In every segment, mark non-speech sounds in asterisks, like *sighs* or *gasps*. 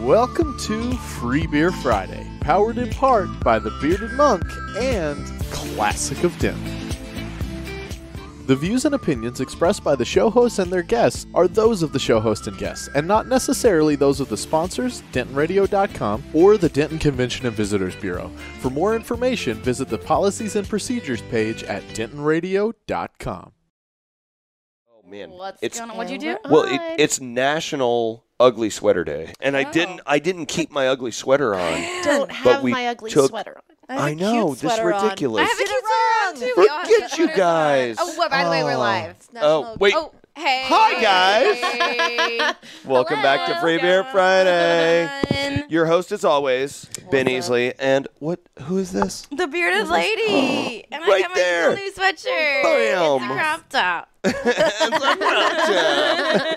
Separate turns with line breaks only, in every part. Welcome to Free Beer Friday, powered in part by the Bearded Monk and Classic of Denver. The views and opinions expressed by the show hosts and their guests are those of the show host and guests, and not necessarily those of the sponsors, DentonRadio.com, or the Denton Convention and Visitors Bureau. For more information, visit the Policies and Procedures page at DentonRadio.com.
Oh man,
What's
it's
going on? What'd you do?
*laughs* well, it, it's National Ugly Sweater Day, and I didn't,
Oh.
I didn't keep my ugly
*gasps*
sweater on.
don't
But
have
we
my ugly
took-
sweater on.
I have a
I know
cute
this
sweater on.
ridiculous.
I have a
Did
cute
it
sweater on too.
wrong?
We all have
Forget you
sweaters on.
guys.
Oh, well, by the way, we're
Oh.
live. It's
Oh,
National-
wait.
Oh, hey.
Hi, guys.
*laughs*
Welcome back to
Hello,
Free Beer
guys.
Friday.
*laughs* Everyone.
Your host, as always, Ben
up?
Easley, and what? Who is
*laughs*
this?
The bearded lady. and I
Right
got my
there.
cool new sweatshirt.
Bam.
It's a crop top.
*laughs*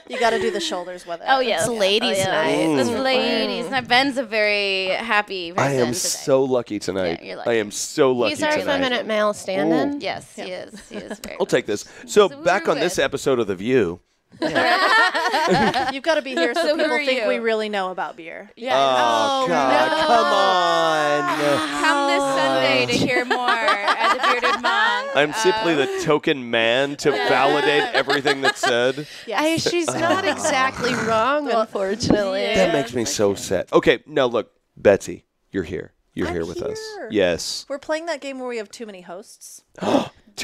You got to do the shoulders with it.
Oh, yeah.
It's ladies'
oh, yeah.
night.
It's
Mm.
ladies' night. Ben's a very happy person
I am
today.
so lucky tonight.
Yeah, you're lucky.
I am so lucky
He's our
tonight.
feminine
male stand-in.
Yes, he is. He is very
I'll take this. So,
who
back
we're
on this
with?
episode of The View.
You've got to be here so,
So who
people
are
think
you?
we really know about beer.
Yes.
Oh, God, come
*laughs*
on.
Come this Sunday to hear more at the
*laughs*
Bearded Monk.
I'm simply the token man to validate everything that's said.
she's not exactly wrong, unfortunately.
That makes me so sad. Okay, now look, Betsy, you're here. You're here with us.
here.
Yes.
We're playing that game where we have too many hosts,
Too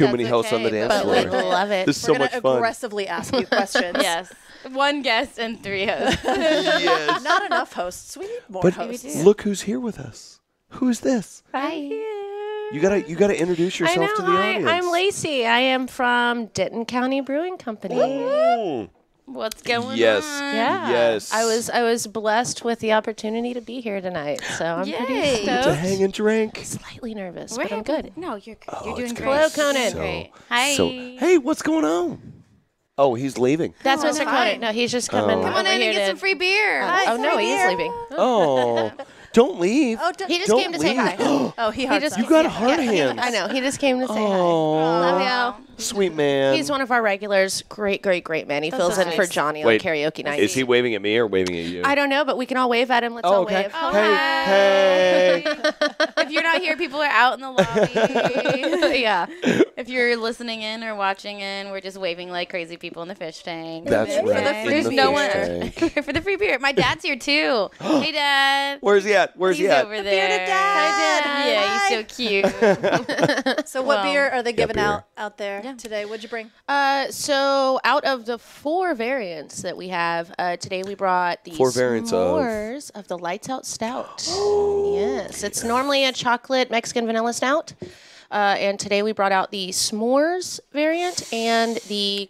That's
many hosts on the
okay,
dance
but
floor.
we love
it. This is so
We're
much
gonna
fun.
aggressively ask you questions.
Yes. One guest and three hosts.
Yes.
Not enough hosts. We need more
But
hosts.
look who's here with us. Who's this?
Hi.
You gotta you gotta introduce
I
yourself
know.
to the
hi,
audience.
I'm Lacey. I am from Denton County Brewing Company.
Mm.
What's going
Yes.
on?
Yeah.
Yes.
I was I was blessed with the opportunity to be here tonight, so I'm
Yay.
pretty
To
stoked.
hang and drink.
Slightly nervous,
We're
but I'm
happy-
good.
No, you're good. you're doing
it's
great.
gonna
Hello,
You're doing
Conan.
great.
Oh, So-
Hi.
So hey, what's going on? Oh, he's leaving.
That's
Oh, fine.
Mr. Conan. No, he's just coming
Come
Come
over
on in
here
and get
to-
some free beer.
Oh no, he is leaving.
Oh, don't leave.
Oh, d-
He just
Don't
came to
*gasps*
say
leave.
hi.
oh, he, he
just-
you got hard
Yeah, he-
hands.
*laughs* I know. He just came to say
Oh,
Love you.
sweet man.
hi. He's one of our regulars. Great, great, great man. He fills in for Johnny
Wait,
on karaoke night.
Is he waving at me or waving at you?
I don't know, but we can all wave at him. Let's
Oh,
all
okay.
wave.
Hey, hey.
*laughs* if you're not here, people are out in the lobby. *laughs*
*laughs* yeah.
if you're listening in or watching in, we're just waving like crazy people in the fish tank.
That's
For the
right,
free-
in
There's
the
no *laughs*
fish
one for the free beer. My dad's
*gasps*
here too. hey, Dad.
Where's he at? Where's
He's
he at?
over there.
bearded
Hi,
dad.
Dad. Yeah, he's
*laughs*
so cute.
So, what
Well,
beer are they giving
beer.
out out there today? What'd you bring?
Uh, so out of the four variants that we have uh, today, we brought the
Four variants of-
s'mores of the Lights Out Stout. yes, it's normally a chocolate Mexican vanilla stout, uh, and today we brought out the s'mores variant and the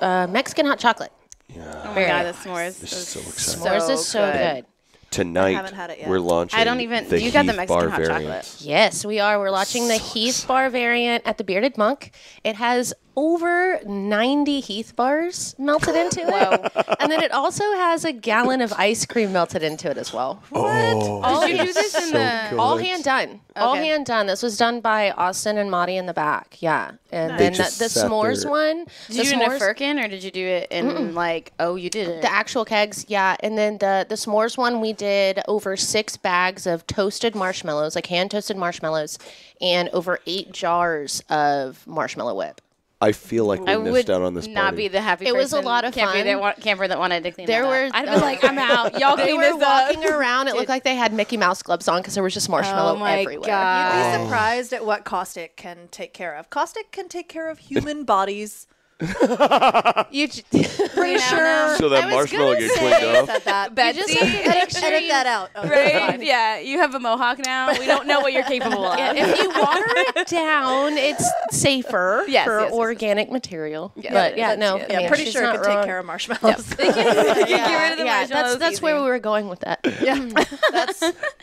uh, Mexican hot chocolate.
Oh my god, the s'mores.
This is so exciting.
S'mores is so good.
Tonight
haven't had it yet.
we're launching.
I don't even-
The
you got the
Heath bar
Mexican hot chocolate.
variant.
Yes, we are. We're launching the Heath Bar variant at the Bearded Monk. It has over 90 Heath bars melted into it. *laughs* and then it also has a gallon of ice cream melted into it as well.
Oh,
Did you do this in the?
All hand done. All
Okay.
hand done. This was done by Austin and Maddie in the back. Yeah. And then the,
just
the
sat
s'mores
there.
one. the
Did you do it in a
s'mores,
firkin or did you do it in like? Oh, you did it.
the actual kegs, yeah. And then the the s'mores one, we did over six bags of toasted marshmallows, like hand toasted marshmallows, and over eight jars of marshmallow whip.
I feel like we
I
missed
would
out on this
not
party.
be the happy.
It was a
person
lot of
camper
fun.
That wa- camper that wanted to clean.
There
that
were-
Up. I'd be like, I'm out. Y'all
*laughs* They
clean
were
this up.
walking around. It looked like they had Mickey Mouse gloves on because there was just marshmallow
*laughs* Oh my
everywhere. *laughs*
God.
Uh,
You'd be surprised at what caustic can take care of. Caustic can take care of
*laughs*
human bodies.
You *laughs* j-
Pretty sure.
So that
I was
marshmallow
gonna
gets
say-
cleaned up.
Said that.
Betsy, *laughs*
edit, edit that out. Oh,
right? *laughs*
fine.
Yeah, you have a mohawk now. We don't know what you're capable
*laughs*
of.
If you water it down, it's safer
Yes,
for
yes, yes,
organic material. but yeah,
yes,
no,
yes.
I
Yeah,
mean,
pretty
she's
sure it
not
could
wrong.
take care of marshmallows.
get rid of the
Yeah, that's
marshmallows
that's where
easy.
we were going with that.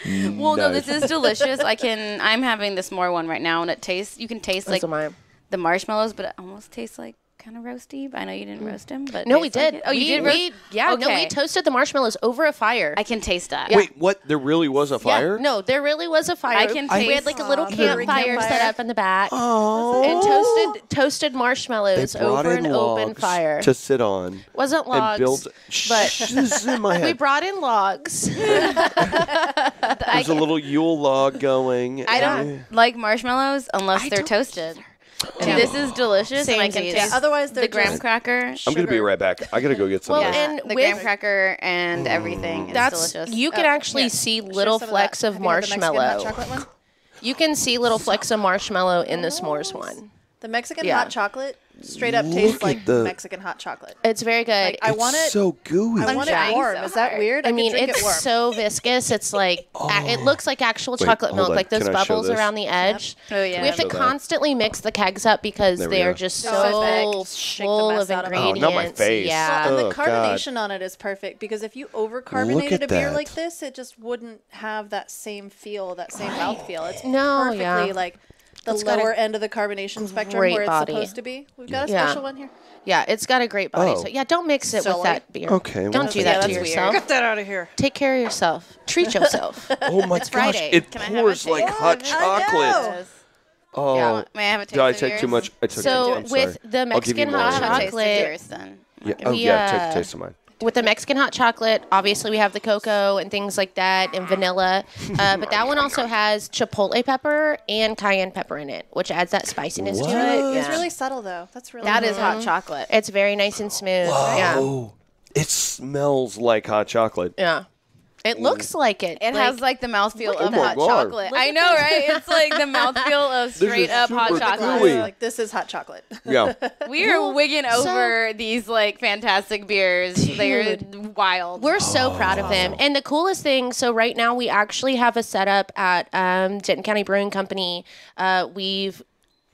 Well, no, this is delicious. I can. I'm having this more one right now, and it tastes. You can taste like
Those are mine.
the marshmallows, but it almost tastes like kind of roasty, but I know you didn't roast him. But
No, we
tastes like
did.
it. Oh, you
We-
Mm. did roast.
we- yeah, no, we
Okay.
toasted the marshmallows over a fire.
I can taste that.
Wait, what? There really was a fire?
Yeah, no, there really was a fire.
I can
we had
taste-
like a little
Aw, the
campfire,
little
set
campfire.
up in the back,
Oh.
and toasted toasted
They
marshmallows
brought
over
in
an open
logs
fire.
to sit on
Wasn't logs,
and build. Shh,
but
this is in
*laughs*
my
we
head.
brought in logs.
There's a little Yule log going.
I don't like marshmallows unless they're toasted. And this is delicious, and I can
Samesies.
taste.
Yeah,
otherwise they're
the graham
just-
cracker.
I'm gonna be right back. I gotta go get some.
Well,
of that.
and
the
with-
graham cracker and everything is
That's
delicious.
you can actually see little
Uh, Some of
flecks
that.
of
Have you had the Mexican hot
marshmallow.
chocolate one?
You can see little flecks of marshmallow in the s'mores one.
The Mexican
Yeah.
hot chocolate straight up
Look
tastes
at
like
the-
Mexican hot chocolate.
It's very good.
I
it's
want it.
so gooey.
I want
trying
it warm.
so
Is that
hard.
weird?
I
could
mean,
drink
it's
it warm.
so viscous.
*laughs*
It's like a- it looks like actual
Oh. Wait,
chocolate
hold
milk,
on.
like those
Can I show
bubbles
this?
around the edge.
Oh, yeah.
We have to
Show that.
constantly mix the kegs up because
There we
they are
go.
just
So
so
perfect. Shake the
full
mess
of
out of it. Oh,
ingredients.
not my face.
Yeah.
Well, and
Oh,
the
God.
carbonation on it is perfect because if you
at
overcarbonated a beer
that.
like this, it just wouldn't have that same feel, that same mouth feel. It's
No,
perfectly
yeah.
like the
It's got a
lower end of the carbonation spectrum
great
where it's
body.
supposed to be. We've got a
Yeah.
special one here.
yeah, it's got a great body.
Oh.
So yeah, don't mix it
Silly.
with that beer.
Okay, well,
Don't do that
that's
to
weird.
yourself.
that out of here.
Take care of yourself.
*laughs*
Treat yourself.
oh my gosh!
Friday.
It
Can I have a
pours like
taste? Oh,
hot
Yeah, I know.
chocolate. Oh,
Yeah.
May I have a taste
did I
of
take too
yours?
much? I took
So
it. I'm
with
sorry.
the
I'll give you
Mexican
more
hot
later.
I'll have a taste of
chocolate-
yours then.
Yeah. Oh
we,
yeah, take
uh,
a taste of mine.
with the Mexican hot chocolate, obviously we have the cocoa and things like that and vanilla, uh, but that one also has chipotle pepper and cayenne pepper in it, which adds that spiciness to it.
It's
Yeah.
really subtle though. That's really
That is hot chocolate.
it's very nice and smooth. Yeah,
Oh, it smells like hot chocolate.
yeah. It looks like it.
It has like the mouthfeel
at
of
that.
hot
Oh my God.
chocolate. I know, right? It's like
*laughs*
the mouthfeel of
is
straight up hot
super
chocolate.
gooey.
like this is hot chocolate.
Yeah.
*laughs*
We are wigging over these like fantastic beers. They're wild.
We're so proud of them. And the coolest thing, so right now we actually have a setup at um, Denton County Brewing Company. Uh, we've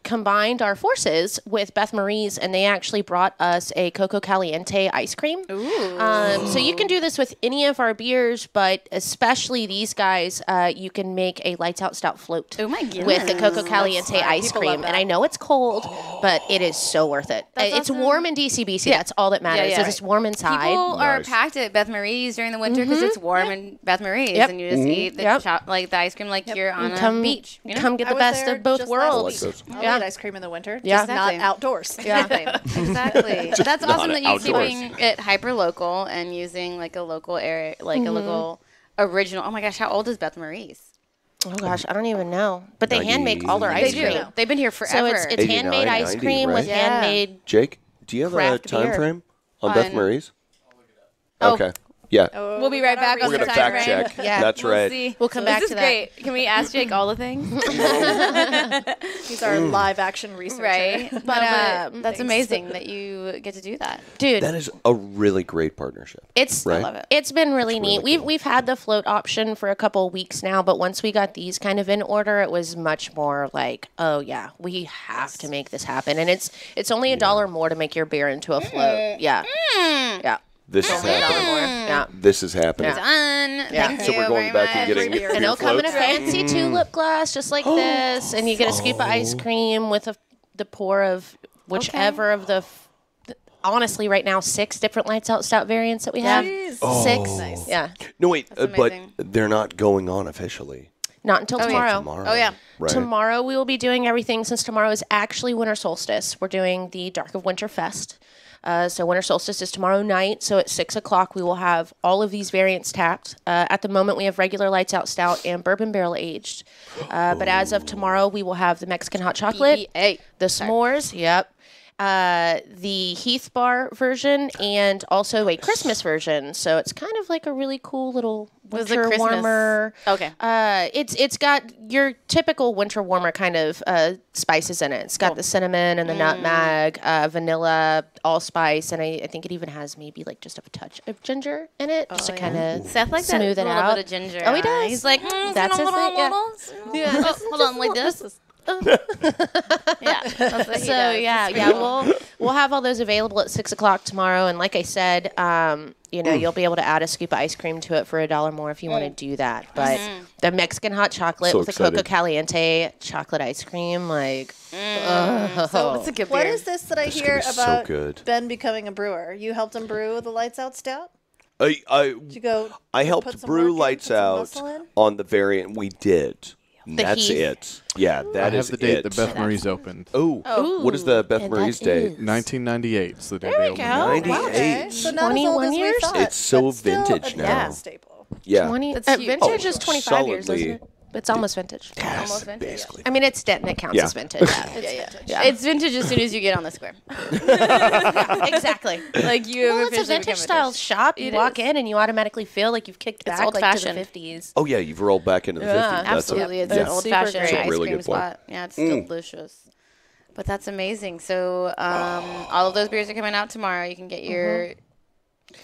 combined our forces with Beth Marie's, and they actually brought us a Coco Caliente ice cream. Um, so you can do this with any of our beers, but especially these guys, uh, you can make a lights out stout float
Oh my goodness.
with the Coco Caliente ice
People love
cream. And
that.
I know it's cold, but it is so worth it. Uh, it's
awesome.
warm in DCBC. That's all that matters.
yeah.
is It's warm inside.
People are
Nice.
packed at Beth Marie's during the winter because it's warm in Beth Marie's,
Mm-hmm. Yep.
and you
Mm-hmm.
just eat the
Yep.
cho- like the ice cream like you're on a
come
beach. You know?
come get
I
the
was
best
there
of both
just last
worlds.
week. I'll
Yeah.
eat ice cream in the winter,
Yeah.
just not
Exactly.
outdoors.
*laughs*
*laughs* Exactly. exactly. But that's
Not
awesome that you're
outdoors.
keeping it hyper local and using like a local area, like
Mm-hmm.
a local original. Oh my gosh, how old is Beth Marie's?
Oh gosh, I don't even know. But they hand make all their
They
ice
do.
cream.
They've been here forever.
So it's it's
89,
handmade ice
90,
cream with
right?
Yeah.
handmade.
Jake, do you have
Craft
a time
beer.
frame on Beth
On-
Marie's?
Oh.
Okay. Yeah.
Uh,
We'll be right back on
We're
the
gonna
time
fact
frame.
check.
Yeah.
That's
We'll
right.
see.
We'll come
This
back
is
to that.
great. Can we ask Jake all the things?
These are
Mm.
live action
*laughs*
research.
*laughs* right. But, uh,
um,
that's amazing that you get to do that.
Dude,
That is a really great partnership.
It's
Right? I love it.
has been really neat. We've we've had the float option for a couple weeks now, but once we got these kind of in order, it was much more like, oh yeah, we have to make this happen. And it's it's only a dollar more to make your beer into a float. Yeah. Yeah.
This is
A dollar
happening.
more. Yeah.
This is happening.
Done. Thank
So
you
we're going
very
back and
much.
getting
Free
*laughs*
beer.
And
beer
it'll come in a
floats?
fancy tulip glass just like this, and you get a scoop of ice
Oh.
cream with a, the pour of whichever of the. f- Honestly, right now, six different lights out stout variants that we have.
Jeez.
Oh.
Six.
Nice.
Yeah.
No, wait, uh, but
amazing.
they're not going on officially.
Not until tomorrow.
Tomorrow.
Oh, yeah.
Right.
Oh, Tomorrow we will be doing everything since tomorrow is actually winter solstice. We're doing the Dark of Winter Fest. Uh, so winter solstice is tomorrow night. So at six o'clock we will have all of these variants tapped. Uh, at the moment we have regular lights out stout and bourbon barrel aged. Uh, but as of tomorrow we will have the Mexican hot chocolate,
BBA.
the s'mores. Yep. Uh, the Heath Bar version and also a Christmas version. So it's kind of like a really cool little
Was it
winter
Christmas?
warmer.
Okay.
Uh, it's it's got your typical winter warmer kind of uh, spices in it. It's got the cinnamon and the
Mm.
nutmeg, uh, vanilla, allspice, and I, I think it even has maybe like just a touch of ginger in it, just
Oh,
to kind of
Seth likes that
smooth it
little
out.
bit of ginger.
Oh, he
on it.
does.
He's like, mm,
That's
that's a
his
little, *laughs*
thing, yeah.
*laughs*
little, little, yeah. hold Oh, on, like this. *laughs* Yeah. That's what he
So
does.
yeah, yeah, we'll we'll have all those available at six o'clock tomorrow. And like I said, um, you know, you'll be able to add a scoop of ice cream to it for a dollar more if you want
Mm.
to do that. But
Mm-hmm.
the Mexican hot chocolate
So
with the
excited.
coco caliente chocolate ice cream, like
Mm.
Oh.
So it's a good
What
beer.
is this that I
This is
hear
gonna be so
about
good.
Ben becoming a brewer? You helped him brew the Lights Out Stout.
I, I,
Did you go?
I
put
helped
some
brew
work in,
lights
put some
out
muscle in?
on the variant. We did. That's
Heath.
it. Yeah, that
I
is
have the date
it.
that Beth Marie's opened.
oh, what is the Beth
and
Marie's
that
date?
is-
1998 is the day
There
they
we
opened.
go.
Oh, wow.
98.
So not as
21
old as we
years?
thought,
It's so
but still a
vintage now.
jazz Staple.
Yeah,
twenty.
That's
uh,
huge.
vintage
Oh,
is twenty five years,
solidly.
isn't it? It's almost vintage.
Almost vintage.
basically.
I mean, it's dead and it counts
Yeah.
as
*laughs*
vintage. Yeah.
Yeah, yeah. It's vintage as soon as you get on the square.
exactly.
*laughs* Like you
Well,
have
it's a
officially
vintage
become
style shop. You
It
walk
is.
in and you automatically feel like you've kicked back like to the
old-fashioned.
50s.
Oh yeah, you've rolled back into the 50s. That's a-
Absolutely, it's an
yeah.
old
Super
fashioned
great. It's a
ice
really
cream
good point. Mm.
spot. Yeah, it's delicious. But that's amazing. So um, all of those beers are coming out tomorrow. You can get your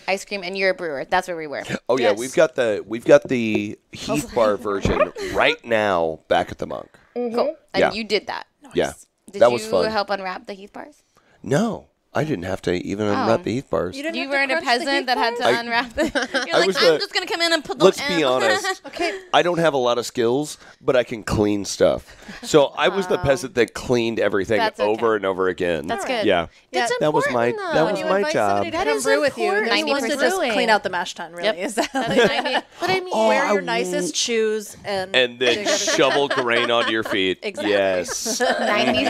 ice cream, and you're a brewer. That's where we were.
Oh yeah, we've got the we've got the Heath Bar version right now back at the Monk.
Cool. And
Yeah.
you did that.
Yeah,
Did
that
you
was fun.
help unwrap the Heath bars?
No, I didn't have to even unwrap the Heath Bars.
didn't
You
have to
weren't a
crunch the
peasant
heat
that had to
bars?
I-
unwrap the. *laughs* You're
I
like,
was
I'm
the-
just gonna come in Oh, and *laughs* put them.
Let's
in.
be honest.
Okay,
I don't have a lot of skills, but I can clean stuff. So I was the peasant that cleaned everything
That's okay.
over and over again.
That's good.
Yeah.
Yeah.
It's
That was my-
important,
that
though.
was
*laughs*
you
my
invite somebody
job.
to
That
come
is
brew with you. There's
important.
ones that
90%
just
brewing.
clean out the mash tun. Really,
Yep.
is that
But I mean,
wear
Oh, I
your nicest shoes and
And then
dig under the-
shovel grain onto your feet.
*laughs*
Exactly.
Yes.
Ninety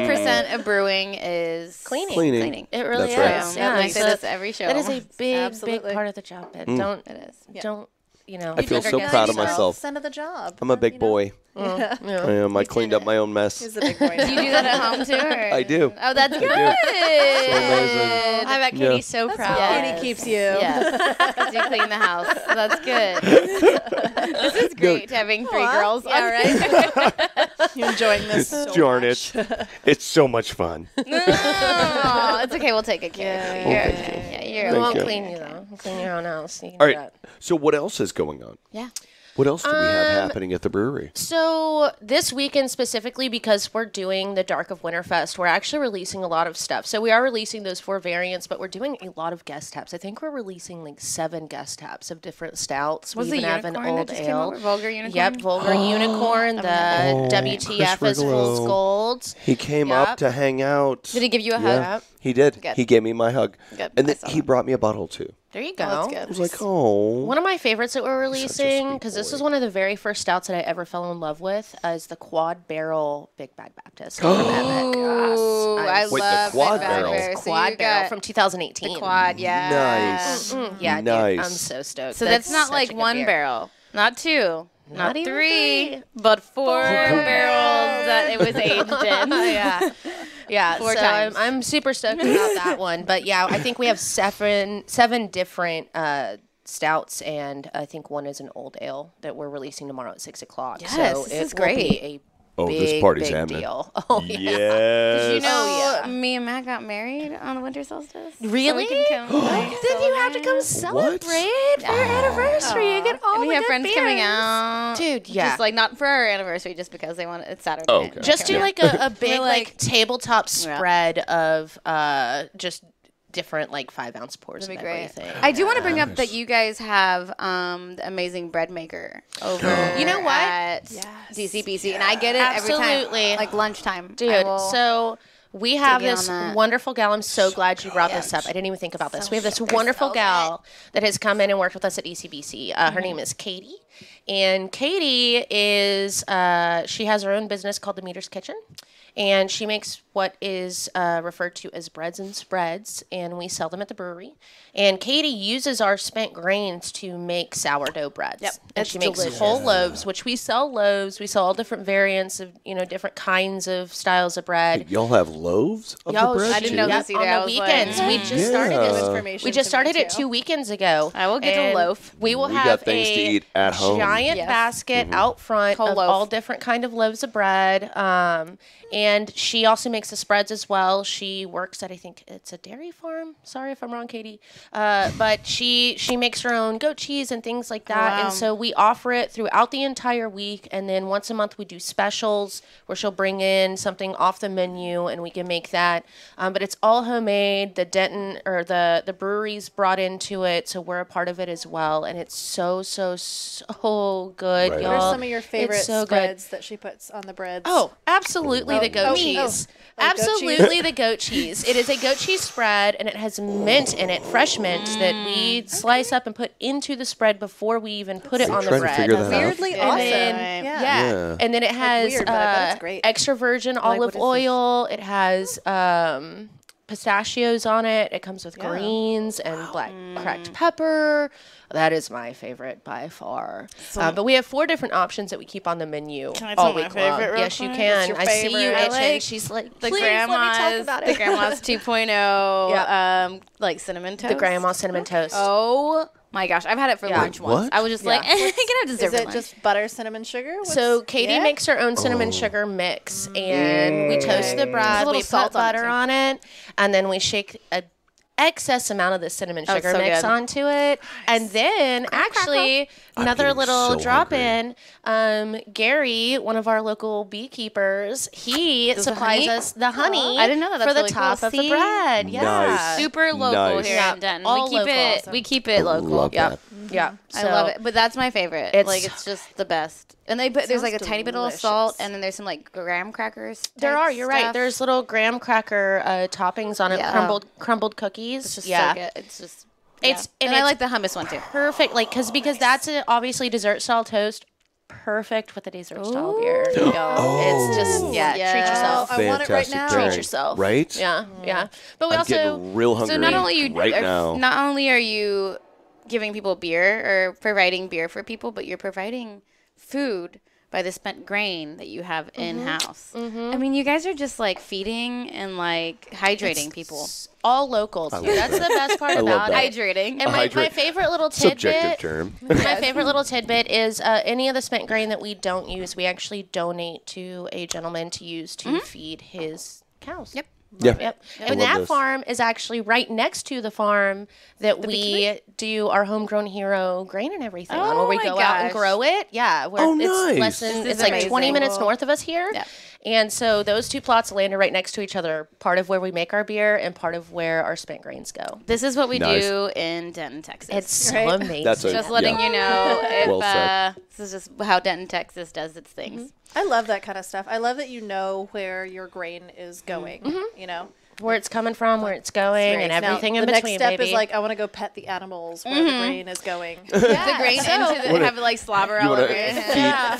*laughs*
percent of brewing is cleaning.
Cleaning.
Cleaning.
It really
That's
is.
right.
Yeah, I say
so
this every show.
That is a big,
Absolutely.
big part of the job. But don't,
It is.
don't, you know.
Mm. I feel so
underestimate
proud of
yourself.
myself.
Percent of the job.
I'm a big
You know?
boy. I am. I cleaned up my own mess.
He's
*laughs*
a *laughs* big boy.
Do *laughs* you do that at home too? Or?
I do.
Oh, that's good.
amazing.
I bet Katie's so proud.
Yeah.
Katie keeps you.
Yes, 'cause you clean the house. That's
*laughs*
good. this is great having three girls. All right.
You're enjoying this. so
Darn
much.
it. It's so much fun.
*laughs* Aw, it's okay. We'll take it, Karen. You're okay. Yeah, you're
We
okay.
won't
you.
clean you, though. We'll Clean your own house. You can
uh, All
do
right.
that.
So what else is going on?
Yeah.
What else do we have happening at the brewery?
So this weekend specifically, because we're doing the Dark of Winterfest, we're actually releasing a lot of stuff. So we are releasing those four variants, but we're doing a lot of guest taps. I think we're releasing like seven guest taps of different stouts.
Was the
we even have an
unicorn that
old
just came
ale,
over? Vulgar unicorn?
Yep, *gasps* vulgar unicorn. The WTF
Oh, Chris
is Fool's
Rigolo.
Gold.
He came up
Yep.
to hang out.
Did he give you a hug?
Yeah, he did.
Good.
He gave me my hug,
Good.
and
I
then
saw
he
that.
brought me a bottle too.
There you go.
I was like, oh,
One of my favorites that we're releasing,
sweet
because this
boy.
was one of the very first stouts that I ever fell in love with, uh, is the Quad Barrel Big Bag Baptist. from
*gasps*
Epic.
Ooh, I
Wait, the
love
quad
Big Bad
barrel.
Bear. So
Quad
you
Barrel
got
from 2018.
Quad, yeah.
nice.
*laughs*
Mm, yeah, dude, I'm
Nice.
so stoked.
So that's, not
such a
like
good
one
beer.
barrel, not two, not,
even
three, but
*laughs*
four, barrels that it was aged in. yeah.
*laughs* Yeah,
Four
so
times.
I'm, I'm super
*laughs*
stoked about that one. But yeah, I think we have seven seven different uh, stouts, and I think one is an old ale that we're releasing tomorrow at six o'clock.
Yes,
so
this
it
is
will be
great.
a
Oh,
big,
this party's
big
happening.
deal. *laughs* Oh yeah.
Yes.
You know,
Oh, yeah.
me and Matt got married on the winter solstice.
Really?
So we can come
*gasps* Then you have to come celebrate our anniversary and get all
and we
the
have
good
friends
beers.
coming out,
Dude, yeah.
Just like not for our anniversary, just because they want it's Saturday.
Oh,
night.
okay.
Just do like a, a big
We're
like,
like-
tabletop spread of uh just different like five ounce pours of
That'd be great.
everything.
I do want to bring up that you guys have um, the amazing bread maker
*gasps*
over.
You know what?
At DCBC, and I get it every
Absolutely.
time, like lunchtime, I
Dude,
will-
so we have
in on
this
that.
wonderful gal. I'm so glad you brought this up. I didn't even think about this. We have this wonderful gal that has come in and worked with us at ECBC. Uh,
Mm-hmm.
Her name is Katie, and Katie is uh, she has her own business called The Meter's Kitchen, and she makes what is uh, referred to as breads and spreads, and we sell them at the brewery. And Katie uses our spent grains to make sourdough breads,
Yep,
and
it's
she makes whole loaves, which we sell loaves. We sell all different variants of you know different kinds of styles of bread.
Y'all have loaves of
Y'all
the bread.
should-
I didn't know
Yep,
this either.
on
I
the
was like,
weekends. we just started
New
it.
information
We just
to me,
started it
too.
two weekends ago.
I will get a
and
loaf.
We will
We
have
got things
a
to eat at home. Mm-hmm.
giant
Yes.
basket out front
Whole
of
loaf.
all different kind of loaves of bread. Um, and she also makes the spreads as well. She works at I think it's a dairy farm. Sorry if I'm wrong, Katie. Uh, but she she makes her own goat cheese and things like that.
wow.
And so we offer it throughout the entire week. And then once a month we do specials where she'll bring in something off the menu and we can make that. Um, but it's all homemade. The Denton or the the breweries brought into it, so we're a part of it as well. And it's so so so good,
Right.
y'all.
What are some of your
It's
favorite
so good.
spreads that she puts on the breads?
Oh, absolutely the goat
oh,
cheese.
oh, oh, goat
absolutely the goat cheese. It is a goat cheese spread and it has mint in it, fresh mint that we
Mm.
slice up and put into the spread before we even put it
I'm
on the
trying to
bread.
figure that out.
weirdly
And
awesome.
then-
yeah.
yeah.
Yeah.
And then it has
weird, but I bet it's
uh,
great.
extra virgin
what
olive
is this?
oil. It has um, pistachios on it. It comes with greens and black cracked pepper. That is my favorite by far. Uh, but we have four different options that we keep on the menu
Can I tell
all
my
week long.
favorite real
Oh, yes, you
quick?
can.
What's your
I see you
favorite? I
itching.
like
She's like
the
Please
grandma's
Let me talk about it.
the
*laughs*
grandma's 2.0
Yeah.
um like cinnamon toast
the grandma cinnamon toast.
oh my gosh i've had it for
Yeah.
lunch
Wait,
once
what?
i was just like *laughs* eh, i can have dessert
Is
for
it
lunch.
just butter, cinnamon, sugar? What's-
So Katie
yeah?
makes her own cinnamon
Oh.
sugar mix, and we toast the bread,
little
we
salt
put
on it,
butter
too.
on it, and then we shake a excess amount of the cinnamon
Oh, it's
sugar
so
mix
good.
onto it, and then actually another
getting
little
so
drop
hungry.
in. Um, Gary, one of our local beekeepers, he
Does the
supplies
honey?
us the honey.
I didn't know that. That's
for the
really cool.
top of
See?
the bread. Yeah,
Nice.
super local
Nice.
here
Yeah,
in Denton
all
we keep
local.
it we keep it local
Love
Yep.
that.
yeah.
I
So-
love it, but that's my favorite.
It's
like
so
it's just the best. And they put there's like a
Sounds
tiny bit of salt,
delicious.
and then there's some like graham crackers.
There
type
are. You're right.
stuff.
There's little graham cracker uh, toppings on it,
Yeah.
crumbled crumbled cookies.
it's just
yeah.
so good. It's just
It's-
yeah. and,
and
I
it's
like the hummus one too.
Perfect, like because because that's a, obviously dessert style toast. Perfect with a dessert style Oh, beer.
*gasps*
y'all. It's just yeah, treat
Oh,
yourself.
I want it right
Fantastic
now.
drink.
Treat yourself.
Right?
Yeah, yeah. But we
I'm
also
getting real hungry
So not only you
right
are,
now.
not only are you giving people beer or providing beer for people, but you're providing food by the spent grain that you have
Mm-hmm.
in house. I mean, you guys are just like feeding and like hydrating people.
all local. Too.
love
That's
that.
the
*laughs*
best part
love
about
that.
it.
Hydrating.
And my, my
Hydrate.
favorite little tidbit.
Subjective term.
My favorite little tidbit is uh, any of the spent grain that we don't use, we actually donate to a gentleman to use to feed his cows. Yep.
yeah.
Yep.
love
And that
this.
farm is actually right next to the farm that we do our homegrown hero grain and everything on, where we
my
go out and
gosh.
grow it. Yeah. Where
Oh,
it's
nice.
less than,
This
it's
is
like 20
amazing.
minutes north of us here.
Yeah.
And so those two plots of land are right next to each other, part of where we make our beer and part of where our spent grains go.
This is what we
Nice.
do in Denton, Texas.
It's so
Right.
amazing.
That's a,
just letting
yeah.
you know
*laughs*
if
Well
uh,
said.
this is just how Denton, Texas does its
Mm-hmm.
things.
I love that kind of stuff. I love that you know where your grain
Mm-hmm.
is going. You know,
where it's coming from, where it's going, and
Now,
everything in
the
between.
next step
baby. Mm-hmm.
is like I want to go pet the animals where the grain
*laughs*
is going.
Oh,
The grain into the,
What a-
have like slobber
You
all
want
over
to *laughs*
your hand.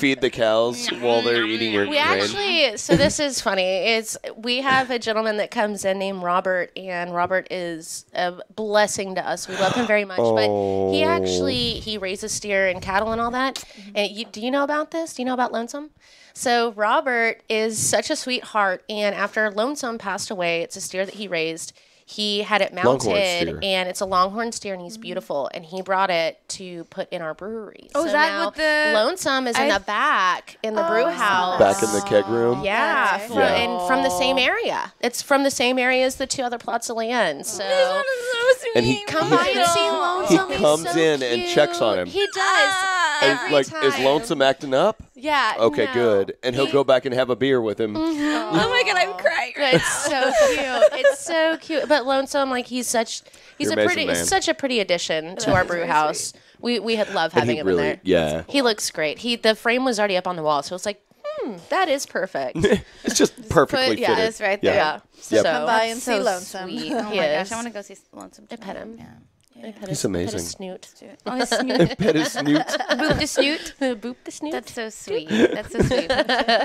feed, feed the cows while they're eating your
We actually, so this is funny. It's we have a gentleman that comes in named Robert, and Robert is a blessing to us. We love him very much. But
Oh.
he actually he raises steer and cattle and all that.
Mm-hmm.
And you, do you know about this? Do you know about Lonesome? So Robert is such a sweetheart, and after Lonesome passed away, it's a steer that he raised. He had it mounted,
Longhorn steer.
and it's a longhorn steer, and he's beautiful. And he brought it to put in our brewery.
Mm-hmm. Oh, is that what the-
lonesome is in
I-
the back in the brew house?
Back in the keg room.
Yeah,
Okay.
fro-
Yeah.
and from the same area. It's from the same area as the two other plots of land. So
And he,
come
he,
by and see
he
Lonesome. He's
comes
so
in and checks on him.
cute. He does.
and,
every
like, is
time.
Lonesome acting up?
Yeah.
Okay,
no. Mm-hmm.
good. And he'll go back and have a beer with him.
Oh my god, I'm crying.
But *laughs* It's so cute. It's so cute. But Lonesome, like he's such he's
You're
a
amazing,
pretty
man.
he's such a pretty *laughs* addition to our brew house. We we had love having
he
him
really,
in there.
yeah.
He looks great. He the frame was already up on the wall, so it's like, hmm, that is
*laughs*
perfect.
*laughs* It's just perfectly
yeah,
fitted.
it's right there.
yeah. So
Yep.
Come by and
So
see lonesome.
sweet. Oh my
Yes.
gosh, I want to go see lonesome. I
pet him.
He's
Pet
amazing.
his snoot.
Oh, his *laughs* snoot.
Pet his snoot.
Boop the snoot.
*laughs* Boop the snoot.
That's so sweet. That's so *laughs* sweet.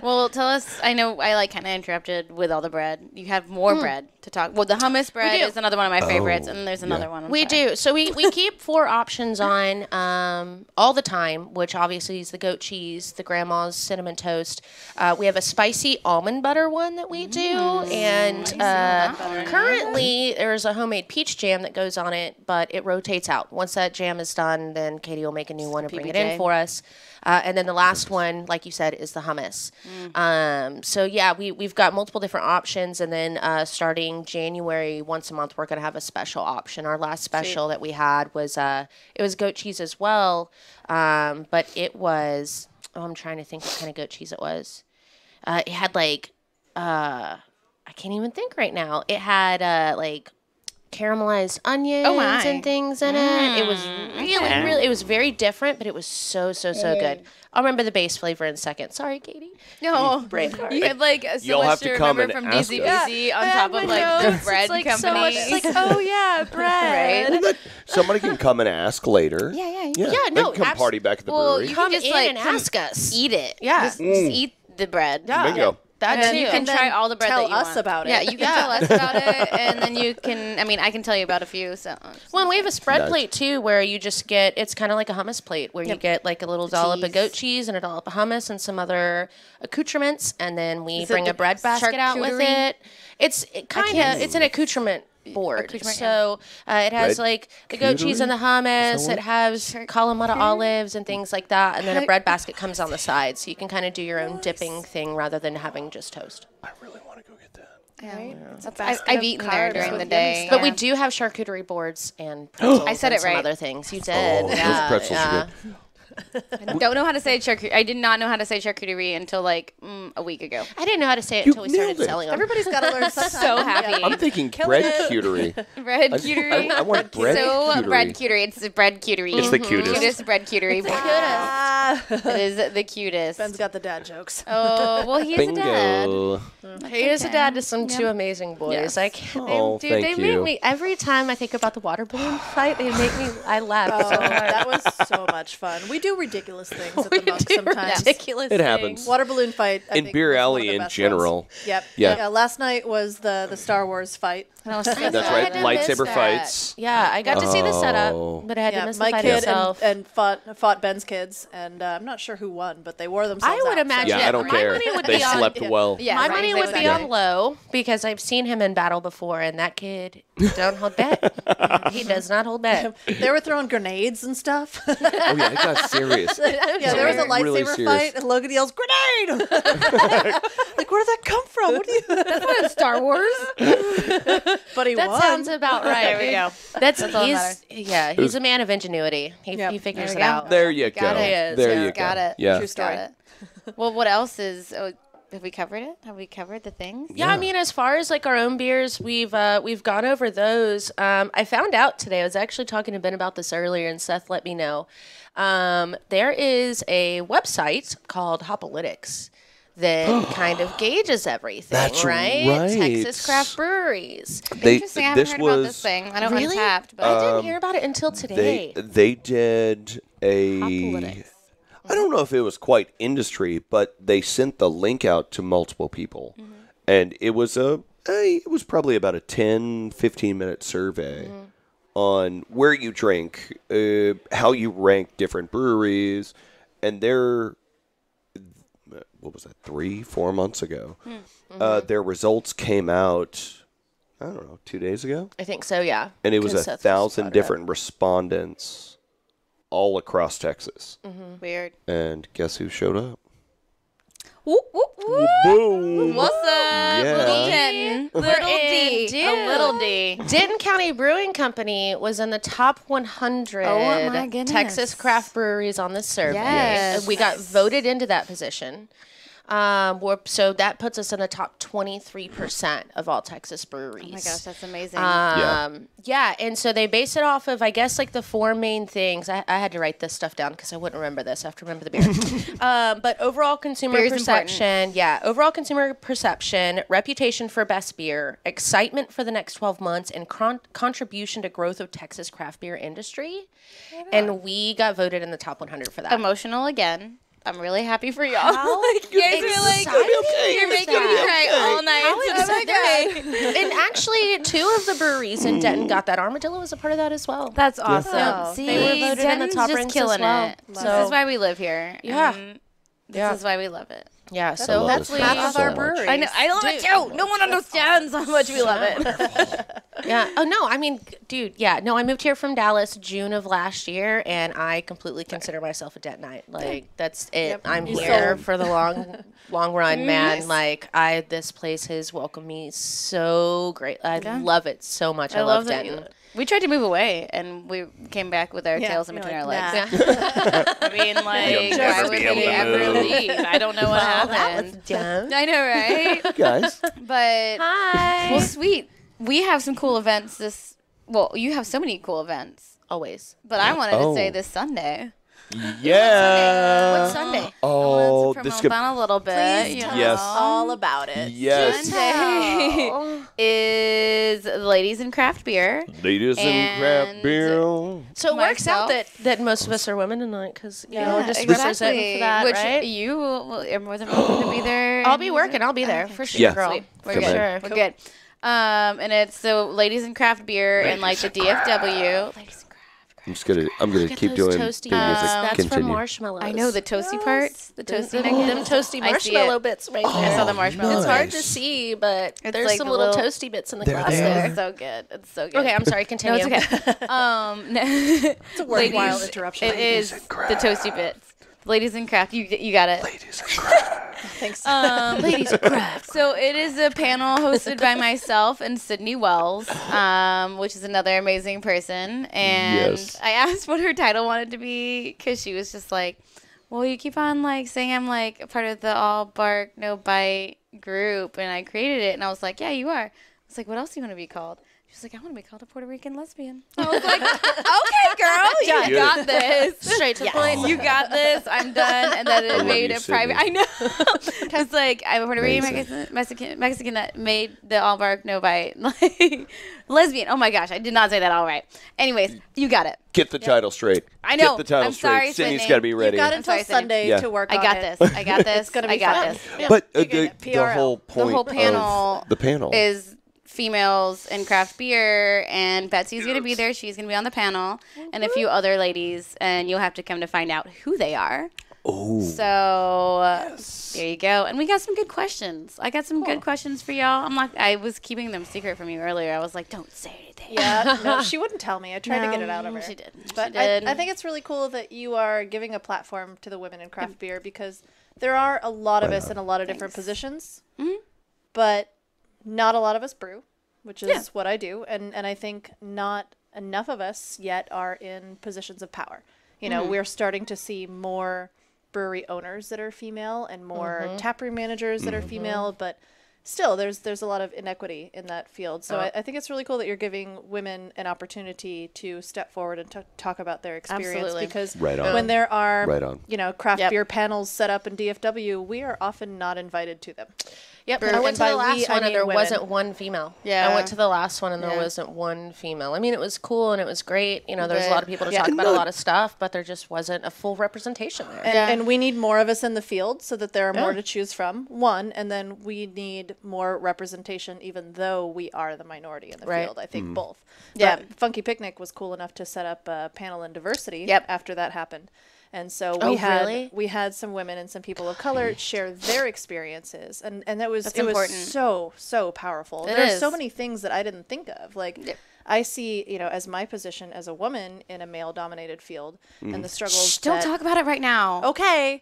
well, tell us. I know I like kind of interrupted with all the bread. You have more bread to talk. Well, the hummus bread
do.
is another one of my
Oh,
favorites, and there's another one. I'm
We
sorry.
do. So we, we keep four options on um, all the time, which obviously is the goat cheese, the grandma's cinnamon toast. Uh, we have a spicy almond butter one that we do.
Mm.
uh,
*laughs*
And uh, currently, there's a homemade peach jam that goes on it, but it rotates out. Once that jam is done, then Katie will make a new one and bring it
PBJ.
in for us. Uh, and then the last one, like you said, is the hummus. Um, so yeah, we we've got multiple different options, and then uh, starting January, once a month, we're gonna have a special option. Our last special that we had was uh, it was goat cheese as well, um, but it was oh, I'm trying to think what kind of goat cheese it was. Uh, it had like uh, I can't even think right now. It had uh, like caramelized onions
my.
and things in it. It was really, really, it was very different, but it was so, so, so good. I'll remember the base flavor in a second. Sorry, Katie.
No, you had like so
You'll
much
have
to
to come
remember
and
from
ask
DZ
us.
on top of like the bread
like so
company.
much-
*laughs*
it's like, oh yeah, bread.
right?
Somebody can come and ask later.
Yeah, yeah, you-
yeah.
Yeah,
they
no,
can come
abs-
party back at the
Well,
brewery.
you
Come
just,
in
like,
and
come
ask us.
Eat it.
Yeah.
Just, just
Mm.
eat the bread.
Bingo.
That
And
too.
you can
then
try all the bread
tell
that you
us
want.
about it.
Yeah, you can tell us about it, and then
*laughs*
you can. I mean, I can tell you about a few. So
Well, and we have a spread
Nice.
plate too, where you just get it's kind of like a hummus plate, where you get like a little dollop of goat cheese and a dollop of hummus and some other accoutrements, and then we
Is it
bring
the
a bread basket out with
charcuterie?
it. It's it kind of it's an accoutrement board.
Accoutrement,
so uh, it has
Red
like the goat cheese and the hummus. It has Kalamata olives and things like that, and then a bread basket comes on the side, so you can kind of do your own dipping thing rather than having just toast.
I really want to go get that.
I, I've eaten there during the day.
But we do have charcuterie boards
*gasps*
and pretzels
I said
and
it
some
right.
other things. You did.
Oh,
yeah,
those pretzels
yeah.
are good.
we don't know how to say charcuterie. I did not know how to say charcuterie until like mm, a week
*laughs*
ago.
I didn't know how to say it
You
until we started
nailed it.
selling them.
*laughs* Everybody's got to
*laughs*
learn something.
So happy.
I'm thinking bread cutery.
bread
I-
cuterie.
I- I
*laughs*
want bread
so
cuterie.
bread cuterie. It's the bread cuterie. Mm-hmm.
It's the cutest.
Cutest bread cuterie. It
*laughs*
Ah,
is the cutest.
*laughs* Ben's got the dad jokes.
*laughs* Oh well, he's a dad.
Bingo. Oh,
He is a dad to some two amazing boys. I can't, they,
Oh,
dude,
thank
they make
you.
me every time I think about the water *sighs* balloon fight. They make me. I laugh.
Oh,
so hard.
that
*laughs*
was so much fun. We do ridiculous things at the
We
monk
do
sometimes.
ridiculous.
It happens.
Water balloon fight I
In
think,
Beer
was one of
Alley
the
in
best
general.
ones. Yep.
Yeah.
Last night was the the Star Wars fight.
That's right.
I missed
Lightsaber
that.
fights.
Yeah, I got to see the
Oh.
setup, but I had to
Yeah,
miss the
my
fight
kid and,
itself.
and fought fought Ben's kids, and uh, I'm not sure who won, but they wore themselves.
I would
out,
imagine-
Yeah,
Yeah,
I don't
my
care.
money would
They
be on-
slept well.
Yeah,
My
right,
money
they
would
would
be
do.
on low because I've seen him in battle before, and that kid don't
*laughs*
hold back. he does not hold back.
So *laughs* they were throwing grenades and
*laughs*
stuff.
Oh yeah, it got serious.
*laughs* yeah, there was a lightsaber
Really serious.
fight, and Logan yells, "Grenade!" *laughs* like, where did that come from? What do
*laughs*
you?
Star Wars.
But he
That
won.
sounds *laughs* about right.
There we go.
That's,
all that
he's yeah he's a man of ingenuity. He,
Yep.
he
There
figures it
we go.
out.
There you go.
Got it.
There
Yeah.
you go.
Got it.
Yeah.
True story.
Got it. *laughs* Well, what else is? Oh, have we covered it? Have we covered the things?
Yeah, I mean, as far as like our own beers, we've uh, we've gone over those. Um, I found out today. I was actually talking to Ben about this earlier, and Seth let me know. Um, there is a website called Hopolytics
*gasps*
that kind of gauges everything,
That's right.
Texas craft breweries.
They,
Interesting. I haven't heard about this thing. I don't
Really?
untapped, but
I didn't hear about it until today.
Um, They they did a.
Hopolytics.
I don't know if it was quite industry, but they sent the link out to multiple people, and it was a, a- it was probably about a 10, 15 minute survey on where you drink, uh, how you rank different breweries, and their what was that three four months ago, uh, their results came out. I don't know, two days ago
I think so. Yeah,
and it was
'Cause
a
Seth
thousand
brought it up.
different respondents all across Texas.
Mm-hmm. weird.
And guess who showed up?
Whoop, whoop, whoop.
Boom!
What's up,
Yeah.
little Denton?
Little
D.
D.
A little D.
Denton County Brewing Company was in the top 100
Oh, my goodness.
Texas craft breweries on this survey.
Yes.
And We got voted into that position. Um, we're, so that puts us in the top 23% of all Texas breweries.
Oh my gosh, that's amazing.
Yeah.
Um, yeah. and so they base it off of, I guess, like the four main things. I, I had to write this stuff down because I wouldn't remember this. I have to remember the beer. um, but overall consumer
Beer's important.
perception, yeah, overall consumer perception, reputation for best beer, excitement for the next 12 months, and con- contribution to growth of Texas craft beer industry. And we got voted in the top 100 for that.
Emotional again. I'm really happy for y'all. like, *laughs* you guys are like,
exciting
you're
is
making me
that?
cry all night.
It's there- and actually, two of the breweries in Denton got that. Armadillo was a part of that as well.
That's awesome. See,
They were voted in the
Denton's
top
just
ranks
killing
as well.
it.
Love
this is
it.
why we live here.
Yeah.
and This
Yeah.
is why we love it.
Yeah,
I
so
love
that's
this
half
place
of
so
our
much.
*laughs*
brewery.
I know. I love it too. No one understands how much we love it.
Yeah. Oh no, I mean, dude, yeah. No, I moved here from Dallas June of last year and I completely consider myself a detonite. Like that's it. I'm here for the
*laughs*
long long run, man. Like I this place has welcomed me so great. I love it so much. I, love,
that you-
Denton.
We tried to move away, and we came back with our
Yeah,
tails in
you're
between our
like,
legs.
nah.
*laughs* I mean, like,
never
why would
be
we
able to
ever
move.
leave? I don't know what happened.
dumb.
*laughs* I know, right? *laughs*
guys.
But
Hi.
well, sweet. We have some cool events this. Well, you have so many cool events,
*laughs* Always.
but I wanted
Oh.
to say this Sunday.
Yeah.
What's Sunday?
Oh,
I wanted to
this
promote
could-
Vaughn a little bit.
Please
you
tell
know.
Yes.
us all about it.
Yes.
Sunday is ladies and craft beer.
Ladies and craft
And-
beer.
*laughs* So it works out that,
Myself.
that most of us are women tonight because you know we're just representing for that,
Which
right?
you will, are more than welcome
*gasps*
to be there.
I'll
and-
be working. I'll be there for sure,
Yeah.
girl.
Sweet. We're
Come
good.
on.
We're good. Um, and it's so ladies and craft beer and like the DFW. Ladies and craft.
I'm just gonna I'm gonna
Look at
keep
those
doing
toasty
beer
nuts.
music.
That's
Continue.
from marshmallows.
I know the toasty parts, the toasty
them,
nuggets.
them toasty
I see it.
marshmallow bits right there.
I saw the marshmallow.
Oh, It's hard to
Nice.
see, but
It's
there's
like
some
the
little,
little-
toasty bits in the
They're
glass
there.
there.
It's so good. It's so good.
Okay, I'm sorry.
No,
Continue.
it's okay. um, *laughs* it's a
worthwhile interruption.
It is
and
the toasty bits. Ladies and craft, you you got it.
Ladies and craft.
Thanks.
Um, ladies and craft. So it is a panel hosted by myself and Sydney Wells, um, which is another amazing person. And
Yes.
I asked what her title wanted to be because she was just like, "Well, you keep on like saying I'm like a part of the all bark no bite group, and I created it." And I was like, "Yeah, you are." I was like, "What else do you want to be called?" She's like, "I want to be called a Puerto Rican lesbian." I was like, "Okay, girl, you
Done.
got this."
Straight to the point.
You got this. I'm done. And then
*laughs* I
it
love
made
you,
it private. I
Sydney.
know.
*laughs*
It's like I'm a Puerto Rican
Amazing.
Mexican, Mexican Mexican that made the all bark no bite *laughs* like lesbian. Oh my gosh, I did not say that all right. Anyways, you got it.
Get the title straight.
I know.
Get the title
I'm
straight.
sorry,
Sydney's
Sydney.
gotta be
You
ready.
you got
I'm
until
sorry, Sydney.
Sunday
Yeah.
to work
I
on
got
it.
this.
*laughs*
I got this.
gonna
I
be
got
fun.
this.
But uh,
You're
the,
good.
the
PRL.
whole point
whole
of
panel
the panel
Is females in craft beer and Betsy's gonna be there. She's gonna be on the panel and a few other ladies, and you'll have to come to find out who they are.
Ooh.
So uh, there you go. And we got some good questions. I got some good questions for y'all. I'm like, I was keeping them secret from you earlier. I was like, don't say anything.
Yeah,
*laughs*
no, she wouldn't tell me. I tried to get it out of her.
She did.
But
she
I,
did.
I think it's really cool that you are giving a platform to the women in craft beer because there are a lot of us in a lot of different positions,
Mm-hmm.
but not a lot of us brew, which is what I do, and and I think not enough of us yet are in positions of power. You
Mm-hmm.
know, we're starting to see more brewery owners that are female and more
Mm-hmm.
taproom managers that are
Mm-hmm.
female, but still there's there's a lot of inequity in that field
Oh.
so I, I think it's really cool that you're giving women an opportunity to step forward and t- talk about their experience
Absolutely.
because
Right on.
when there are
Right on.
you know craft
Yep.
beer panels set up in dfw we are often not invited to them
Yep.
Brew.
I went to
And
the
by
last
we, I
one
mean
and there
women.
wasn't one female.
Yeah.
I went to the last one and there
Yeah.
wasn't one female. I mean, it was cool and it was great. You know, there's a
But-
lot of people to
Yeah.
talk about a lot of stuff, but there just wasn't a full representation there.
and,
Yeah.
and we need more of us in the field so that there are more to choose from one and then we need more representation even though we are the minority in the
Right.
field i think both
Yeah.
But funky picnic was cool enough to set up a panel in diversity
Yep.
after that happened and so we
Oh,
had
really?
we had some women and some people of color share their experiences and and that was it
important.
was so so powerful
It
there are
is.
so many things that i didn't think of like I see, you know, as my position as a woman in a male-dominated field, and the struggles.
Shh, don't
that- Oh.
talk about it right now.
Okay.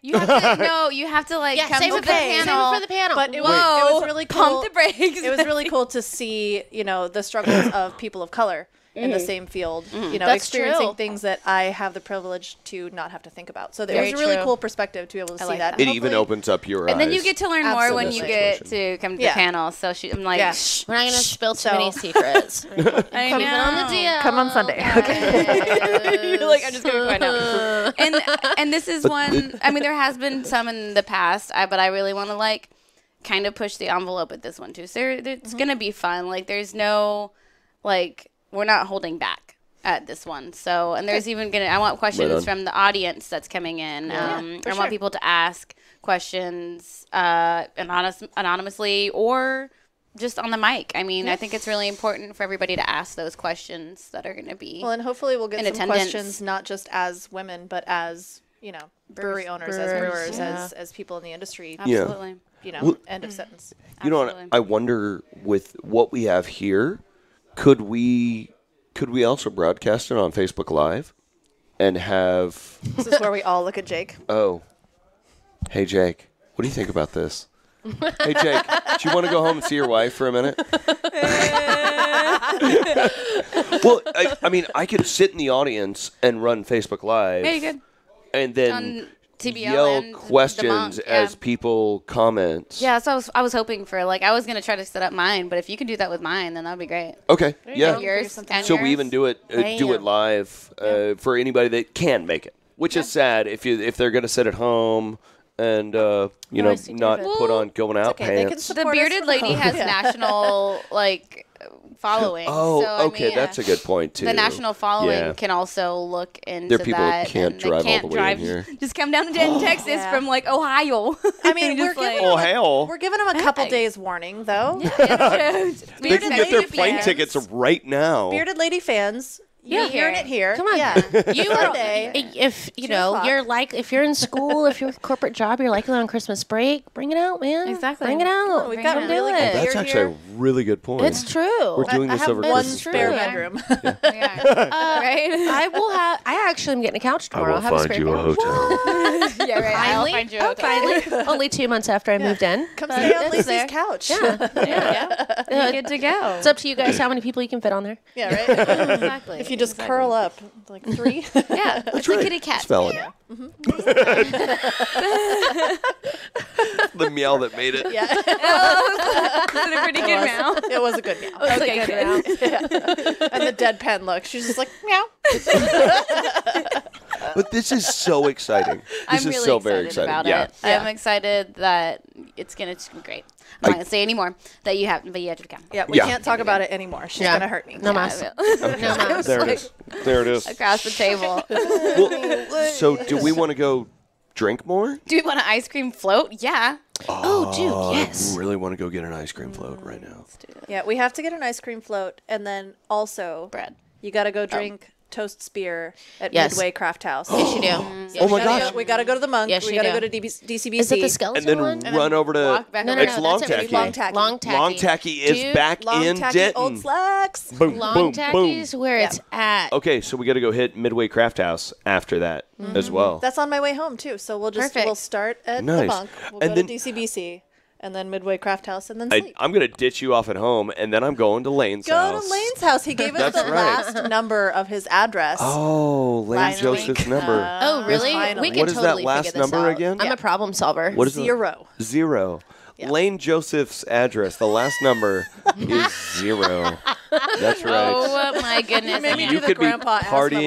*laughs*
*laughs*
You have to no. You have to like
Yeah,
come
save
to
it
the
for the- save it
panel.
for the panel.
But it was,
Whoa.
it was really cool.
Pump the brakes.
It
*laughs*
was really cool to see, you know, the struggles of people of color in
Mm-hmm.
the same field, you know,
That's
experiencing
true.
things that I have the privilege to not have to think about. So there
Very
was a really
true.
cool perspective to be able to see
like
that.
that.
it even
Hopefully-
opens up your
And
eyes.
then you get to learn more when you get
Absolutely.
to come to
Yeah.
the panel. So she, I'm like,
Yeah.
shh.
We're not going to spill too
So-
many secrets.
I
Keep it on the
know.
DL.
Come on Sunday.
*laughs*
Okay.
*laughs* You're like, I'm just gonna find out. And and this is one. I mean, there has been some in the past, I, but I really want to like kind of push the envelope at this one too. So there, it's gonna be fun. Like, there's no like we're not holding back at this one. So and there's even gonna I want questions
on.
from the audience that's coming in. um, I want people to ask questions uh, anonymous, anonymously or just on the mic. I mean, I think it's really important for everybody to ask those questions that are going to be.
Well, and hopefully we'll get
In
some
attendance.
questions, not just as women, but as, you know, brewery owners, as brewers, as, as people in the industry,
Yeah.
Absolutely. Mm.
you know, end of sentence.
You know, what?
Absolutely.
I wonder with what we have here, could we could we also broadcast it on Facebook Live and have
This is where we all look at Jake.
oh hey Jake what do you think about this hey Jake do you want to go home and see your wife for a
*laughs*
minute well I, I mean I could sit in the audience and run Facebook Live
Yeah, you could.
and then
On TBL
yell
and the
questions
Monk, yeah.
as people comment
Yeah, so I was, I was hoping for like I was gonna try to set up mine, but if you can do that with mine, then that'd be great.
okay yeah
Or yours and
So
yours.
we even do it uh, do it live uh, for anybody that can make it, which is sad if you if they're going to sit at home and uh, you know
see
not
David.
put on going out
okay, they can
pants.
The
support- Support us
bearded
from *laughs*
lady
home.
has
Yeah.
national like following.
Oh,
so, I
okay,
mean,
that's a good point too.
The national following
Yeah.
can also look into
There are people who
that.
can't
and they
drive all
can't
the way in
drive- *laughs*
here.
Just come down to
*gasps*
Den- Texas
Yeah.
from like Ohio.
I mean, we're
Just
giving,
Oh
them a-
hell!
we're
*laughs*
giving them a couple days warning, though.
They
Bearded
can
lady
get their
would be
plane
nice.
tickets right now.
Bearded lady fans, you're
Yeah.
hearing it here.
Come on.
Yeah.
You are,
Sunday.
if you
Two
know
o'clock.
you're like if you're in school, if you're a corporate job, you're likely on Christmas break. Bring it out, man.
Exactly.
Bring it out.
We've got
Come
really
do
good
it.
beer
That's actually
here.
a really good point.
It's true.
We're doing
I
this
have
over
one
Christmas
spare
break.
bedroom. *laughs*
Yeah.
Uh,
right? *laughs*
*laughs* I will have. I actually am getting a couch tomorrow. I'll have a spare bedroom.
hotel.
yeah, right. Finally,
Finally, oh,
*laughs*
finally, only two months after I moved in.
Come
But
stay on
it's
Lisa's
there.
couch.
Uh,
good to go.
It's up to you guys how many people you can fit on there.
*laughs* yeah, right.
*laughs* exactly.
If you just curl up, like three.
yeah, it's a kitty cat.
It's
*laughs*
valid. *laughs* the meow that made it.
yeah,
Is it a pretty good
*laughs*
now?
it was a good meow.
Okay, good.
*laughs* And the deadpan look. She's just like meow.
But this is so exciting. This
I'm
is
really
so
excited
very exciting.
about
yeah.
it. I'm excited that it's gonna it's gonna be great. I'm not gonna say anymore that you have, but you have to come.
Yeah, we
Yeah.
can't talk about it anymore. She's gonna hurt me.
No
I
mas.
*laughs*
will.
Okay. There it is. There it is.
across the table.
*laughs*
Well, so do we want to go drink more?
Do you want an ice cream float? Yeah.
Oh, dude, yes.
I really want to go get an ice cream float right now.
Yeah, we have to get an ice cream float, and then also
Bread.
You gotta go drink toast spear at
Yes.
Midway Craft House.
You do.
*gasps* Oh my
gotta
gosh.
go- we gotta go to the monk.
Yes,
we
you
gotta
do.
go to DB- DCBC.
Is it the
And
skeleton
then
one?
run over to
walk back
No,
over.
no,
ex
no.
Long
that's a
Tacky.
movie.
Long Tacky.
Long Tacky.
Long Tacky is
Dude,
back
Long
in
tacky
Denton.
old slacks.
Boom,
Long
boom,
Tacky's
boom.
where it's at.
Okay, so we got to go hit Midway Craft House after that as well.
That's on my way home too. So we'll just
Perfect.
we'll start at the
Nice.
monk. We'll
And
go
then-
to DCBC, and then Midway Craft House, and then
I,
sleep.
I'm gonna ditch you off at home, and then I'm going to Lane's
go
house.
to Lane's house. He gave us
That's
the
right.
last number of his address.
Oh, Lane
Finally.
Joseph's number.
Oh, really?
finally.
We could
What is that
totally figure
last
this
number
out.
again?
I'm a problem solver.
what is the-
Zero.
Zero. Lane Joseph's address, the last
*laughs*
number is zero. That's right.
Oh
*laughs*
my goodness! I mean,
do the grandpa asthma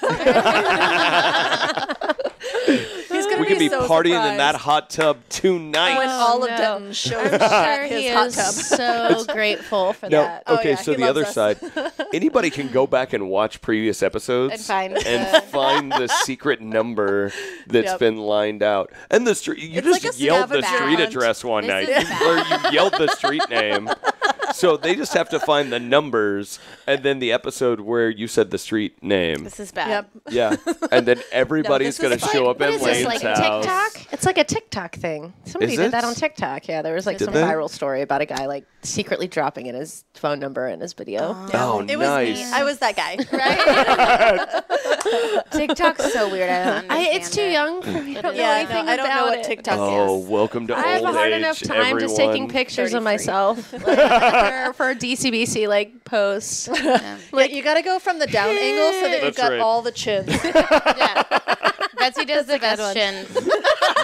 *laughs*
laugh. He's gonna
we could be
so
partying in
surprised Oh,
that hot tub
when
tonight.
all
no.
of Denton shows
Sure,
at his
he
hot
is *laughs*
tub.
so grateful for
No, Oh,
that.
okay,
Oh, yeah,
so
he
the other
loves
side,
*laughs*
anybody can go back and watch previous episodes
And find
and
the-
find the secret number that's
Yep.
been lined out. And the street, you
It's
just
like a
yelled the
scavenger
street
hunt.
address one night,
This is
You- or you yelled the
*laughs*
street name. So they just have to find the numbers and then the episode where you said the street name.
this is bad.
Yep.
Yeah, and then everybody's
this
gonna
is
show
like-
up at
Oh, What is
Lane's
this like
house.
TikTok? It's like a TikTok thing. Somebody
Is
did
it?
that on TikTok. Yeah, there was like
Did
some
they?
viral story about a guy like secretly dropping in his phone number in his video.
Oh,
It was me.
nice.
I was that guy. *laughs*
TikTok's so weird. I don't
I,
understand.
it's too
it.
young for me. I don't know
Yeah, I
anything
know. I don't know
about
what
it.
TikTok
Oh,
is.
welcome to
I have a
old
hard
age,
enough time
everyone.
just taking pictures of myself like, for, for DCBC like posts.
Like you got to go from the down angle so that
That's
you've got
right.
all
*laughs*
the chins.
Betsy does the best
*laughs*
chin.
*laughs*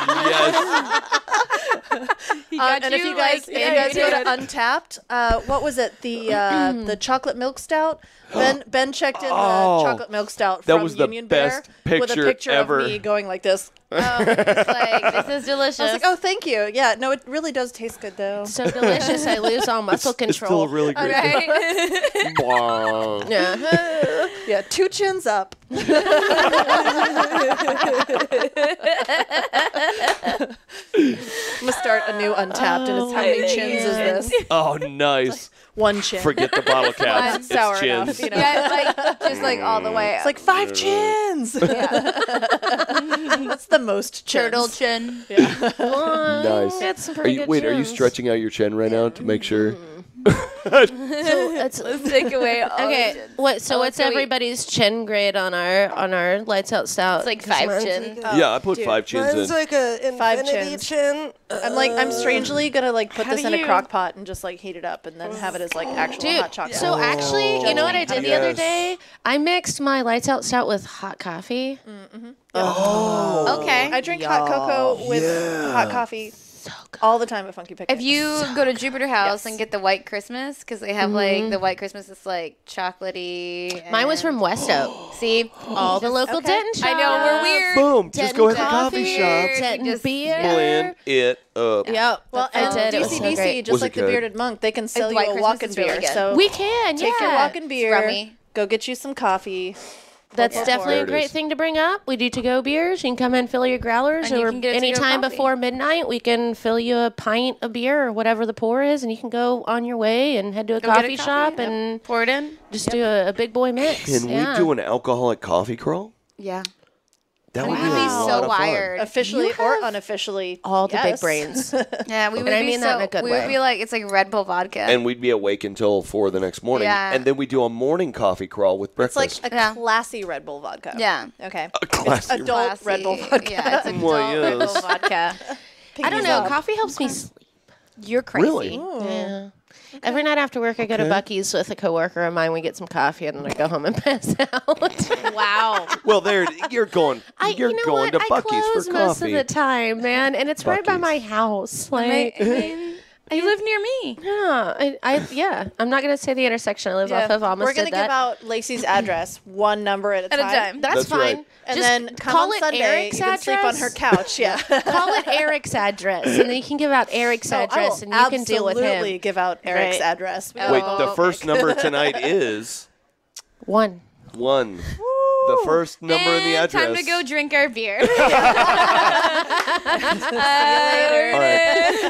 Yes,
Um, and if you guys, if you guys go *laughs* to Untapped, uh, what was it? The *clears throat* uh, the chocolate milk stout. Ben Ben checked in
Oh.
the chocolate milk stout
That
from
was the
Union
best
Bear with a
picture
picture
ever.
of me going like this.
It's *laughs* like this is delicious.
I was like, oh, thank you. Yeah, no, it really does taste good though.
So delicious, I lose all muscle
it's still a
control.
really great.
*laughs*
*laughs*
Blah. *laughs*
Yeah.
Yeah, two chins up. *laughs* I'm gonna start a new Untapped, and it's how many chins is this?
oh, nice.
One chin.
Forget the bottle cap. It's
sour
chins.
*laughs*
enough, you know.
Yeah, like just like all the
Mm.
way.
It's like five chins. *laughs* That's the most chins.
Turtle chin.
Nice.
*laughs*
That's some
Are
pretty
you,
good
wait, are you
chins.
stretching out your chin right now to make sure?
So *laughs* let's *laughs*
Let's take away all
okay. What? So
Oh,
what's
it's gonna be-
everybody's chin grade on our on our lights out south?
It's like five chin.
*laughs* yeah, I put five chins in.
Mine's like a
Five
infinity
chins.
chin.
I'm like, I'm strangely gonna like put this
do
in a
you-
crock pot and just like heat it up and then have it as like actual
Dude,
hot chocolate.
so actually, you know what I did the other
yes.
day? I mixed my lights out stout with hot coffee.
Oh,
Okay.
I drink hot cocoa with hot coffee all the time at Funky Picnic.
If you go to Jupiter House and get the White Christmas, because they have like the White Christmas is like chocolatey.
Mine was
and-
from West Oak.
see
All the local Denton shops.
Mm. *gasps* I know we're weird.
Boom! Just
Denton
go in the
coffee,
coffee shop,
We
Denton
just-
beer.
blend it up.
Yep.
well,
I
and
did. It was so
DCDC,
great.
just
Was it
like the
good?
bearded monk, they can sell you
White
a
Christmas
walking
is really
beer.
good.
so
We can.
take
yeah.
your walking beer,
rummy.
go get you some coffee.
That's definitely
There
a
it
great
is.
thing to bring up. We do to go beers. You can come and fill your growlers,
And you
or
can get a
anytime
to-go coffee.
before midnight, we can fill you a pint of beer or whatever the pour is, and you can go on your way and head to a,
get a
coffee,
coffee,
shop
yep.
and
Pour it in.
just do a, a big boy mix.
Can
Yeah.
we do an alcoholic coffee crawl?
Yeah.
That would
We
be
would
a
be
lot
so
of fun.
wired.
Officially or unofficially,
all the big
yes.
brains?
Yeah, we would
*laughs* I
be
mean
so.
that in a good
we
way.
would be like it's like Red Bull vodka.
And we'd be awake until four the next morning,
Yeah.
and then we do a morning coffee crawl with
It's like
breakfast.
a
Yeah.
classy Red Bull vodka.
Yeah.
Okay.
classy
Adult Red Bull
Classy.
vodka.
Yeah, it's adult
Well,
Red Bull
yes.
*laughs* vodka.
I don't know. Coffee helps me sleep.
You're crazy.
Really?
Yeah. Every night after work, I go to Bucky's with a coworker of mine. We get some coffee, and then I go home and *laughs* pass out.
Wow.
Well, there you're going.
I,
you're
you know
going
what?
to Bucky's
I close
for
most
coffee.
of the time, man, and it's right by
Buc-ee's.
my house. Like,
I mean, you live near me.
yeah, I, I, yeah. I'm not gonna say the intersection I live off of. Almost
We're gonna
did that.
give out Lacey's address one number at a time.
That's,
That's right.
fine.
And
Just
then come
call
on
it
Sunday,
Eric's
you can sleep on
address.
her couch. Yeah. *laughs*
call it *laughs* Eric's address, and then you can give out Eric's
So I
address,
will
and you can deal with
Absolutely
him.
give out Eric's
Right.
address. We
Wait,
will-
the first number tonight is
One.
one. The first number in the
And
address.
Eh, Time to go drink our beer.
All right,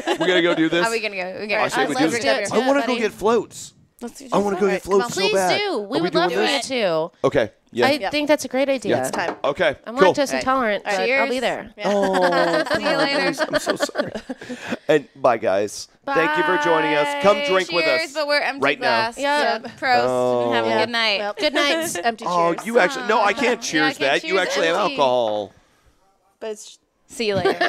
we gotta go do this.
Uh, Are we gonna go? We
I
gotta
say we do
let's
this.
do it.
I want to go
buddy.
get floats.
Let's do
I want to go
Alright,
get
come on.
floats
*laughs* Please
so bad.
do.
Are
We would
doing
love for you
this?
to.
Okay. Yeah.
I think that's a great idea.
Yeah. It's
time.
okay.
I'm
cool.
lactose intolerant, but I'll be there.
*laughs* Oh,
See you later.
*laughs* I'm so sorry. And bye, guys. Thank you for joining us. Come drink with
Cheers,
us
But we're empty
right
glass.
now.
Yeah.
So prost. and have
Oh.
a good night.
Well,
Good night. *laughs*
empty
Oh,
chairs.
you actually no, I can't cheers
Yeah, I can't
that. you
cheers
actually have
empty.
alcohol.
But it's
See you later.